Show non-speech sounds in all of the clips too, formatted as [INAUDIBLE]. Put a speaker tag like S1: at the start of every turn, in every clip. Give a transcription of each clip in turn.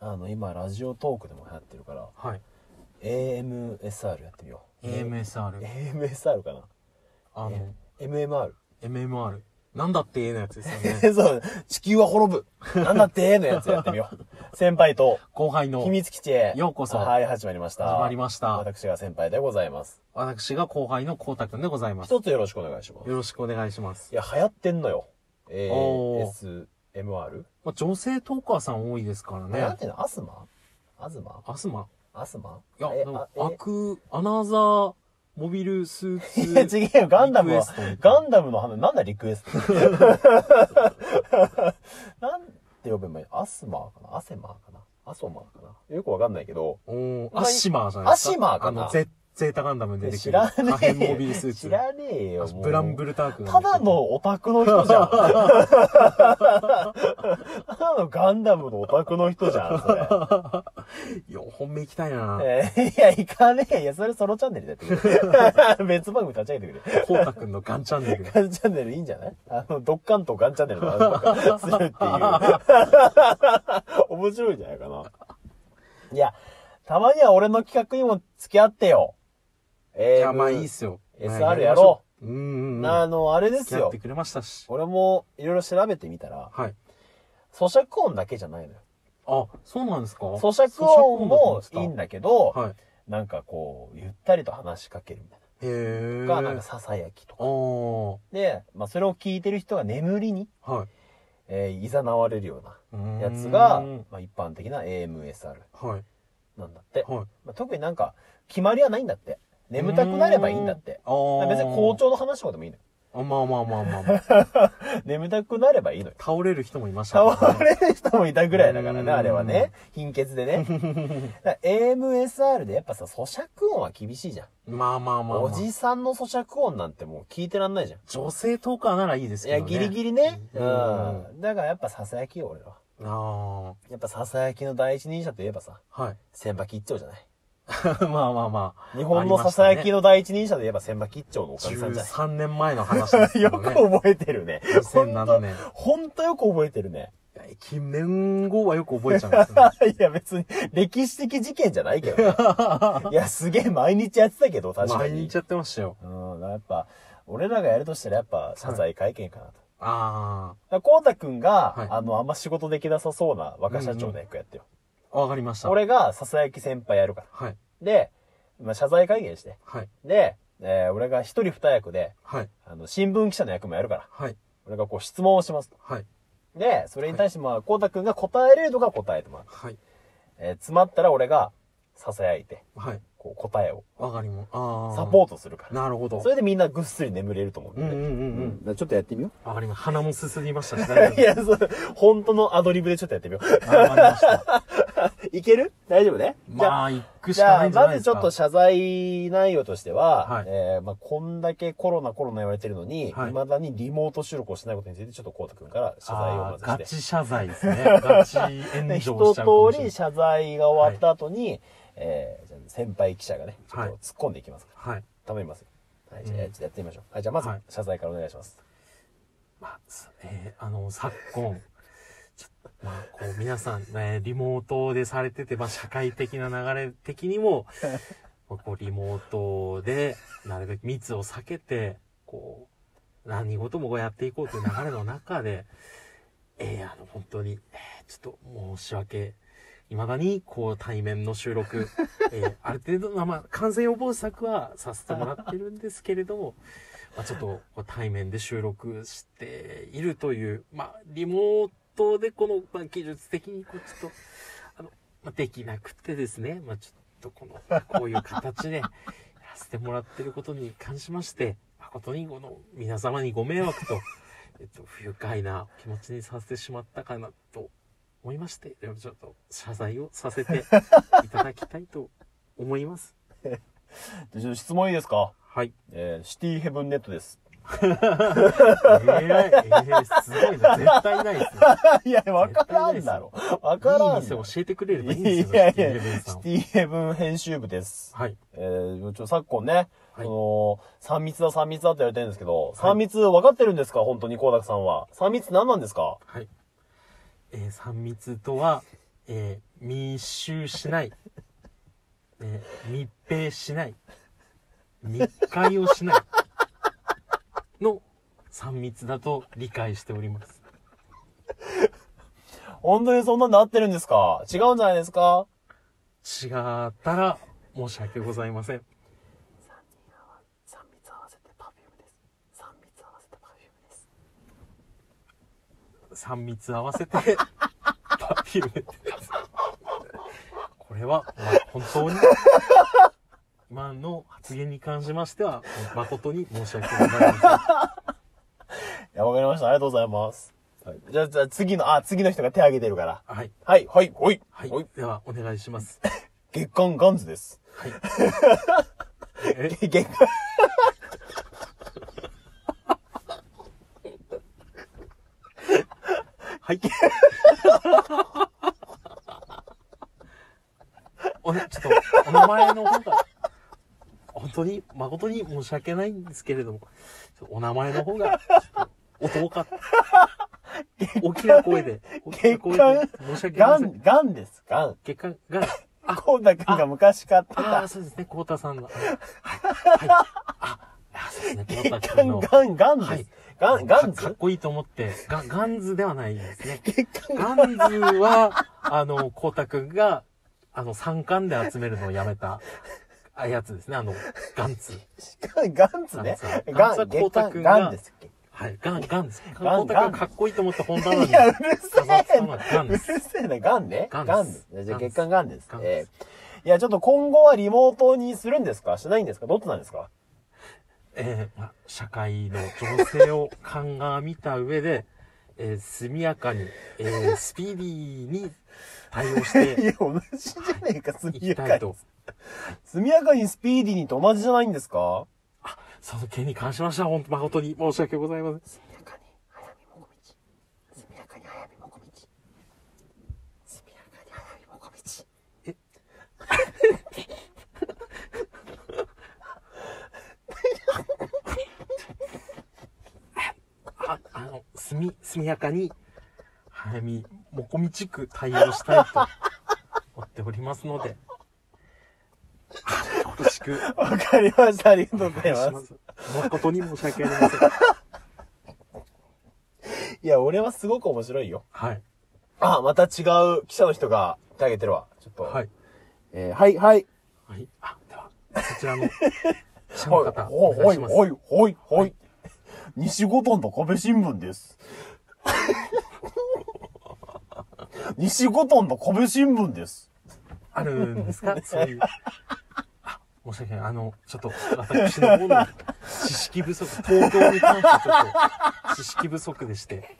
S1: あの今ラジオトークでも流行ってるから
S2: はい
S1: AMSR やってみよう
S2: AMSR
S1: AMSR かな
S2: あの
S1: MMR
S2: MMR なんだってええのやつですよ
S1: [LAUGHS]
S2: ね
S1: そう地球は滅ぶなんだってのやつやってみよ
S2: [LAUGHS]
S1: う先輩と
S2: 後輩の
S1: 秘密基地へ
S2: ようこそ
S1: はい始まりました
S2: 始まりました
S1: 私が先輩でございます
S2: 私が後輩のこうたくんでございますよ
S1: 一つよろしくお願いします
S2: ろしくお願いします
S1: いや流行ってんのよ
S2: お
S1: ASMR
S2: まあ、女性トーカーさん多いですから
S1: ね、なん
S2: ね
S1: ていうのアスマアズマ
S2: アスマ
S1: アスマ [LAUGHS]
S2: いや
S1: え
S2: なんか
S1: あ
S2: アクアナザーモビルスー
S1: え [LAUGHS] いや
S2: ツ
S1: 違えよガンダム
S2: リ
S1: は
S2: クエスト
S1: ガンダムの花なんだリクエストなんて呼べばいいのアスマーかなアセマーかなアソマーかなよくわかんないけど
S2: おー
S1: ま
S2: ア
S1: に
S2: ッシマーじゃないですか
S1: アッシマーかな
S2: あのゼゼータガンダムに出てく
S1: 知
S2: る
S1: らね
S2: 可
S1: え
S2: 変モビルスーツ
S1: 知らねえよもう
S2: ブランブルタークが
S1: ただのオタクの人じゃん。ただのガンダムのオタクの人じゃん、
S2: [LAUGHS]
S1: そ
S2: いや本命行きたいな
S1: れ。えーいや、行かねえ。いや、それソロチャンネルでやってくれ。 [LAUGHS] 別番組立ち上げてくれ。
S2: こうたくんのガンチャンネル
S1: ガンチャンネルいいんじゃないあの、ドッカンとガンチャンネルの話ばっかするっていう。 [LAUGHS] 面白いんじゃないかな。いや、たまには俺の企画にも付き合ってよ。え
S2: い
S1: え
S2: やまあいいっすよ
S1: SR やろ
S2: ううんうんうん
S1: あの、あれです
S2: 付き合っ
S1: よ
S2: て。くれましたし
S1: 俺もいろいろ調べてみたら、
S2: はい
S1: 咀嚼音だけじゃないのよ。
S2: あそうなんですか
S1: 咀嚼音もいいん
S2: だ
S1: だけど、
S2: はいへ
S1: なんかこう、ゆったりと話しかけるみたい
S2: え
S1: な。が、なんかささやきとか。
S2: ああは
S1: で、まあそれを聞いてる人が眠りに、
S2: い
S1: えー、誘われるよ
S2: う
S1: う
S2: ーん
S1: なやつが、まあ一般的な AMSR
S2: はい
S1: なんだって。
S2: はい
S1: まあ、特になんか、決まりはないんだって。眠たくなればいいんだって。
S2: ああ
S1: 別に校長の話とかでもいいのよ。 [LAUGHS]
S2: あまあまあまあまあ、まあ、
S1: 眠たくなればいいのよ。
S2: 倒れる人もいましたから
S1: 倒れる人もいたぐらいだから
S2: う
S1: ね、
S2: ん
S1: あれはね。貧血で
S2: [LAUGHS]
S1: ね。だから AMSR でやっぱさ、咀嚼音は厳しいじゃん。
S2: まあまあまあ、ま
S1: お
S2: あ、
S1: じさんの咀嚼音なんてもう聞いてらんないじゃん。
S2: 女性トーカーならいいです
S1: い
S2: け
S1: や、
S2: ど、ね、
S1: ギリギリね。う
S2: うん
S1: ん。だからやっぱささやきよ、俺は。
S2: あ
S1: やっぱささやきの第一人者といえばさ、
S2: あ
S1: [LAUGHS]
S2: はい
S1: 千葉吉兆じゃない。
S2: まあまあまあ
S1: 日本のささやきの第一人者といえば千葉吉兆のおかみさんじゃな
S2: 13年前の話です
S1: い。
S2: け
S1: [LAUGHS] よ
S2: ど
S1: く
S2: ね
S1: 覚えてるね。
S2: 2007年
S1: ほんとよく覚えてるね。
S2: 記念後はよく覚えちゃうんですよね
S1: [LAUGHS] いや別に歴史的事件じゃないけどね。
S2: [LAUGHS]
S1: いやすげえ毎日やってたけど確か
S2: 毎
S1: に。
S2: 日やってましたよ
S1: うん、やっぱ、俺らがやるとしたらやっぱ謝罪会見かなと。
S2: あ
S1: だからこうたくんが、
S2: はい
S1: あの、あんま仕事できなさそうな若社長の役やってよ。
S2: あわかりました
S1: 俺が、ささやき先輩やるから。
S2: はい
S1: で、まあ、謝罪会見して。
S2: はい
S1: で、えー俺が一人二役で、
S2: はい
S1: あの、新聞記者の役もやるから。
S2: はい
S1: 俺がこう質問をしますと。
S2: はい
S1: で、それに対して、まあ、こうたくんが答えれるとか答えてもらう。
S2: はい
S1: えー詰まったら俺が、ささやいて、
S2: はい
S1: こう答えを
S2: わかりもああ
S1: サポ
S2: ー
S1: ートするから。
S2: なるほど
S1: それでみんなぐっすり眠れると思うん
S2: う
S1: だ
S2: ん
S1: よ
S2: うん
S1: ね。
S2: うんうん
S1: だからちょっとやってみよう。
S2: わかりました鼻もすすりましたし大
S1: い
S2: 丈
S1: や、そう、本当のアドリブでちょっとやってみよう。
S2: 夫わかりました
S1: いける大丈夫ねじゃ
S2: まあ行くし
S1: じ
S2: か
S1: ゃ
S2: な
S1: あ、
S2: いんじゃ
S1: ま
S2: ないで
S1: ず
S2: す
S1: ち
S2: か
S1: ょっと謝罪内容としては、
S2: はい
S1: えーまあ、こんだけコロナコロナ言われてるのに、
S2: はい
S1: 未だにリモート収録をしないことについて、ちょっとこうたくんから謝罪を
S2: あ
S1: ま
S2: ー
S1: ず
S2: ガ
S1: して。
S2: チ謝罪で
S1: [LAUGHS]
S2: すねガチ炎
S1: で
S2: 上しちゃう
S1: 一
S2: かもし
S1: 通
S2: れな
S1: り
S2: い
S1: 謝罪が終わった後に、えーじゃあ先輩記者がね、ちょっ
S2: はい
S1: と突っ込んでいきますから、
S2: はい
S1: 頼みますよ。はい、じゃあ、
S2: う
S1: ちょ
S2: ん
S1: っとやってみましょう。はい、じゃあまず
S2: はい
S1: 謝罪からお願いします。
S2: まあ、すえーあの、昨今、ちょっとまあ、こう、皆さん、ね、リモートでされてて、まあ、社会的な流れ的にも、まあこう、リモートで、なるべく密を避けて、こう、何事もこうやっていこうという流れの中で、えーあの、本当に、えーちょっと申し訳、未だに、こう、対面の収録、えーある程度の、まあ、感染予防策はさせてもらってるんですけれども、まあ、ちょっとこう対面で収録しているという、まあ、リモートでこの、まあ、技術的にこうちょっと、あの、まあ、できなくてですね、まあ、ちょっとこの、こういう形でやら [LAUGHS] せてもらってることに関しまして、誠にこの皆様にご迷惑と、えっと、不愉快なお気持ちにさせてしまったかなと思いまして、でもちょっと謝罪をさせていただきたいと思います。
S1: でちょっと質問いいですか
S2: はい。
S1: えーシティヘブンネットです。
S2: えー、えー、すごいな。絶対 [LAUGHS] ないですね。
S1: いや、わからんだろ。わからんだろ
S2: いい店教えてくれればいいんですよ、
S1: いやい
S2: シティ
S1: や
S2: レブン、さん
S1: シテ。ィヘブン編集部です。
S2: はい。
S1: えー、ちょ、昨今ね、
S2: はい
S1: その、3密だ3密だって言われてるんですけど、3密分かってるんですか本当に、光沢さんは。3密何なんですか
S2: はい。えー、三密とは、えー密集しない、ね、密閉しない、密会をしない、の3密だと理解しております。
S1: 本当にそんなになってるんですか違うんじゃないですか
S2: 違ったら申し訳ございません。
S1: 三密合わせてパフュームです。三密合わせてパフュームです。
S2: 3密合わせて、パピューム。これは、まあ本当に、今の発言に関しましては、誠に申し訳ございません。
S1: いや、わかりました。ありがとうございます。はい、じゃあ、じゃあ次の、あ、次の人が手挙げてるから。
S2: はい。
S1: はい、はい、ほい。
S2: はい
S1: ほい。。
S2: では、お願いします。
S1: 月刊ガンズです。
S2: はい。え
S1: 月刊。
S2: はい。おね、ちょっと、お名前の方が、本当に、誠に申し訳ないんですけれども、ちょっとお名前の方が、ちょっとお遠かった。大きな声で、大きな
S1: 月
S2: 声
S1: 刊
S2: で、申し、訳あり
S1: ガ
S2: ません。
S1: ン、ガンです、ガン。
S2: 月間が、あ、
S1: コウタくんが昔買って
S2: ああ、
S1: た。
S2: そうですね、コウタさんの。はい。はい。あ、あそうですね、コウタ
S1: 月
S2: 君
S1: 刊
S2: の。
S1: ガン、ガンです。
S2: はい
S1: ガン、ガン
S2: かかっ
S1: ズ
S2: こいいと思って、ガン、ガンズではないですね。
S1: 月刊
S2: ガンズは、あの、光太くんが、あの、三巻で集めるのをやめた、あやつですね。あの、ガンツ。
S1: ガンズね。ガン、月刊ガンです。
S2: はい、ガン、ガンです。
S1: ガ
S2: ガ
S1: ン
S2: ン光太
S1: ガン
S2: くんかっこいいと思って本棚に
S1: いや、うるせ
S2: 飾ったの
S1: え
S2: はガン
S1: うる
S2: です。
S1: せえな、ガンね。
S2: ガン
S1: ガン
S2: で
S1: です
S2: す。
S1: じゃあ
S2: ガンです
S1: 月刊ガンです
S2: ガ。ン
S1: え
S2: で
S1: えいや、ちょっと今後はリモートにするんですかしないんですかどっちなんですか
S2: えーまあ社会の情勢を鑑みた上で、えー速やかに、えースピーディーに対応し
S1: い
S2: て
S1: や、同じじゃねえか、速
S2: い
S1: や
S2: きた
S1: か
S2: い
S1: に
S2: と。。
S1: 速やかにスピーディーにと同じじゃないんですか
S2: その件に関しましては、本当誠に申し訳ございません。
S3: 速やかに早見もこみち速やかに早見もこみち速やかに早見もこみち
S2: あ、あの、すみ、速やかに、早見、もこみちく対応したいと、思っておりますので、あよろしく、
S1: わかりました。ありがと
S2: お
S1: うござい
S2: 願いし
S1: ま。
S2: ますす。誠に申し訳ありません。
S1: いや、俺はすごく面白いよ。
S2: はい。
S1: あ、また違う記者の人が手挙げてるわ。ちょっと。
S2: はい。
S1: えーはい、はい。
S2: はい。あ、では、そち
S1: [LAUGHS]
S2: らの、社の
S1: はい、
S2: 方、
S1: ほ
S2: お願い
S1: い、
S2: します。
S1: ほい、ほい、ほい。西五島の壁新聞
S2: [LAUGHS]
S1: です。西五島の壁新聞です。
S2: あるんですか [LAUGHS] そういう。あ申し訳ない。あの、ちょっと、私の方の知識不足、東京に関してちょっと、知識不足でして、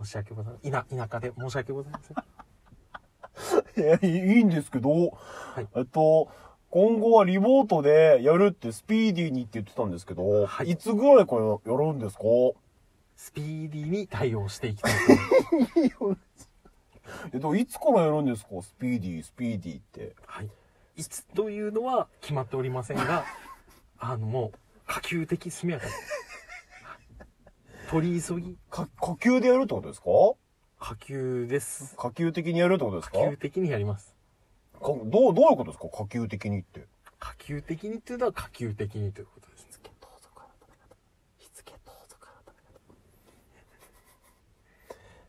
S2: 申し訳ございません。田、田舎で申し訳ございません。
S1: いやいいんですけど、
S2: い
S1: えっと、今後はリモートでやるってスピーディーにって言ってたんですけど、
S2: はい
S1: い、つぐらいからやるんですか
S2: スピーディーに対応していきたいと思います。
S1: えっと、いつからやるんですかスピーディー、スピーディーって。
S2: はい。いつというのは決まっておりませんが、あの、もう、可及的速やかに。取り急ぎ、
S1: か、呼吸でやるってことですか
S2: 可及です。
S1: 可及的にやるってことですか
S2: 可及的にやります。
S1: かどう、どういうことですか可及的にって。
S2: 可及的にというのは可及的にということですね。
S3: 盗賊改め方日付盗賊改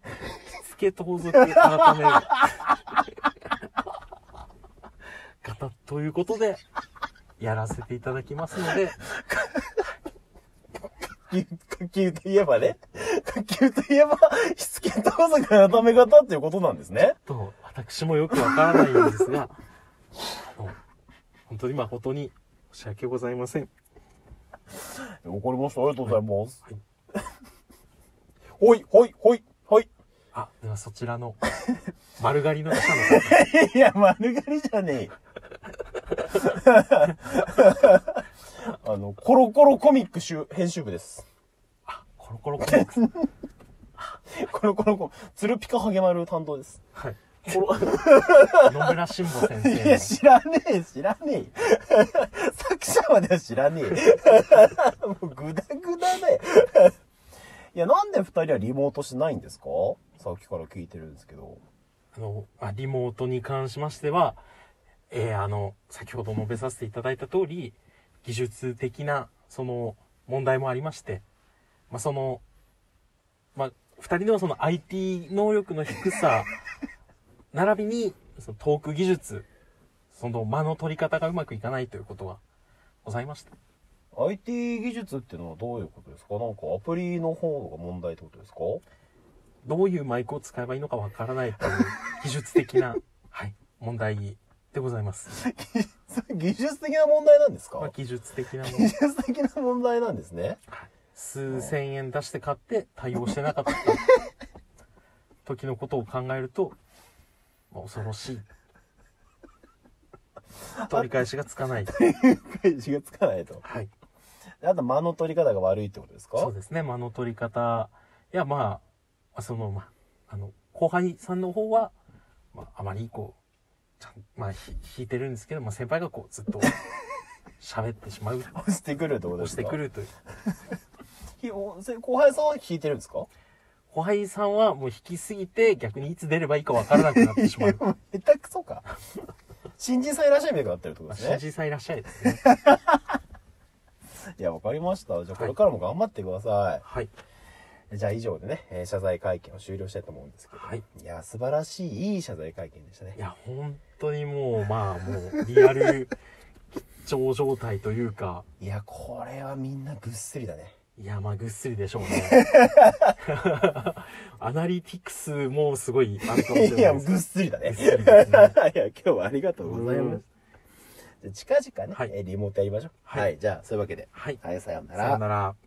S3: め方
S2: スケ盗賊改める。方ということで、やらせていただきますので、
S1: 火球といえばね、火球といえば、火付け盗賊改め方っていうことなんですね。
S2: と、私もよくわからないんですが、あの本当に誠に申し訳ございません。
S1: わかりました。ありがとうございます
S2: はい。
S1: ほい、ほい、ほい、ほい。
S2: あ、ではそちらの、丸刈りの記者の方、
S1: いや、丸刈りじゃねえ [LAUGHS] よ。あの、コロコロコミック集編集部です。
S2: あ、コロコロコミックス。
S1: コロコロコ、ツルピカハゲマル担当です。
S2: はい。
S1: コロ
S2: 野村慎吾先
S1: いや、
S2: 生
S1: 知らねえ、知らねえ。 [LAUGHS] 作者までは知らねえ。 [LAUGHS] もうグダグダだよ。いや、なんで二人はリモートしないんですかさっきから聞いてるんですけど。
S2: あの、あリモートに関しましては、えーあの、先ほど述べさせていただいた通り、技術的な、その、問題もありまして、まあ、その、まあ、二人のその IT 能力の低さ、 [LAUGHS] 並びに、そのトーク技術、その間の取り方がうまくいかないということがございました。
S1: IT 技術っていうのはどういうことですかなんかアプリの方が問題ってことですか
S2: どういうマイクを使えばいいのかわからないという技術的な、はい、問題でございます。
S1: それ技術的な問題なんですか、
S2: まあ、技術的なの
S1: 技術的な問題なんですね。
S2: 数千円出して買って対応してなかった時のことを考えると、まあ恐ろ [LAUGHS] しい。取り返しがつかない。
S1: 返しがつかないと。
S2: はい。
S1: あと間の取り方が悪いってことですか
S2: そうですね。間の取り方。いや、まあ、その、まあ、あの、後輩さんの方は、まあ、あまりこう、ちゃん、まあ、ひ引いてるんですけど、まあ、先輩がこう、ずっ [LAUGHS] と、喋ってしまう。
S1: 押してくるってこと
S2: 押
S1: で
S2: し
S1: す
S2: て
S1: か
S2: くるという。
S1: ひおせ後輩さんは聞いてるんですか
S2: 後輩さんはもう引きすぎて、逆にいつ出ればいいかわからなくなってし [LAUGHS] まう。
S1: [LAUGHS] 下手くそ
S2: [LAUGHS]
S1: か。新人さんいらっしゃいみたいになってるってこと
S2: まあ、
S1: ですね
S2: 新。人さんいらっしゃいですね。
S1: いや、わかりました。じゃあこれからも頑張ってください。
S2: はい。
S1: じゃあ以上でね、えー謝罪会見を終了したいと思うんですけど。
S2: はい。
S1: いや、素晴らしい、いい謝罪会見でしたね
S2: い。や、本当にもう、まあ、もう、リアル、貴重状態というか、
S1: いや、これはみんなぐっすりだね。
S2: いや、まあ、ぐっすりでしょうね。
S1: [LAUGHS]
S2: アナリティクスもすごいあるかもしれない
S1: いや、
S2: です。
S1: ぐっすりだね。 [LAUGHS] い
S2: ぐっ
S1: や、
S2: すりですね
S1: 今日はありがとうございまし
S2: うん
S1: た。じゃあ近々ね、
S2: はい
S1: えーリモートやりましょう。
S2: はい
S1: はい、じゃあ、そういうわけで。
S2: はい。
S1: はい、さような
S2: さ
S1: ら
S2: よ。なら。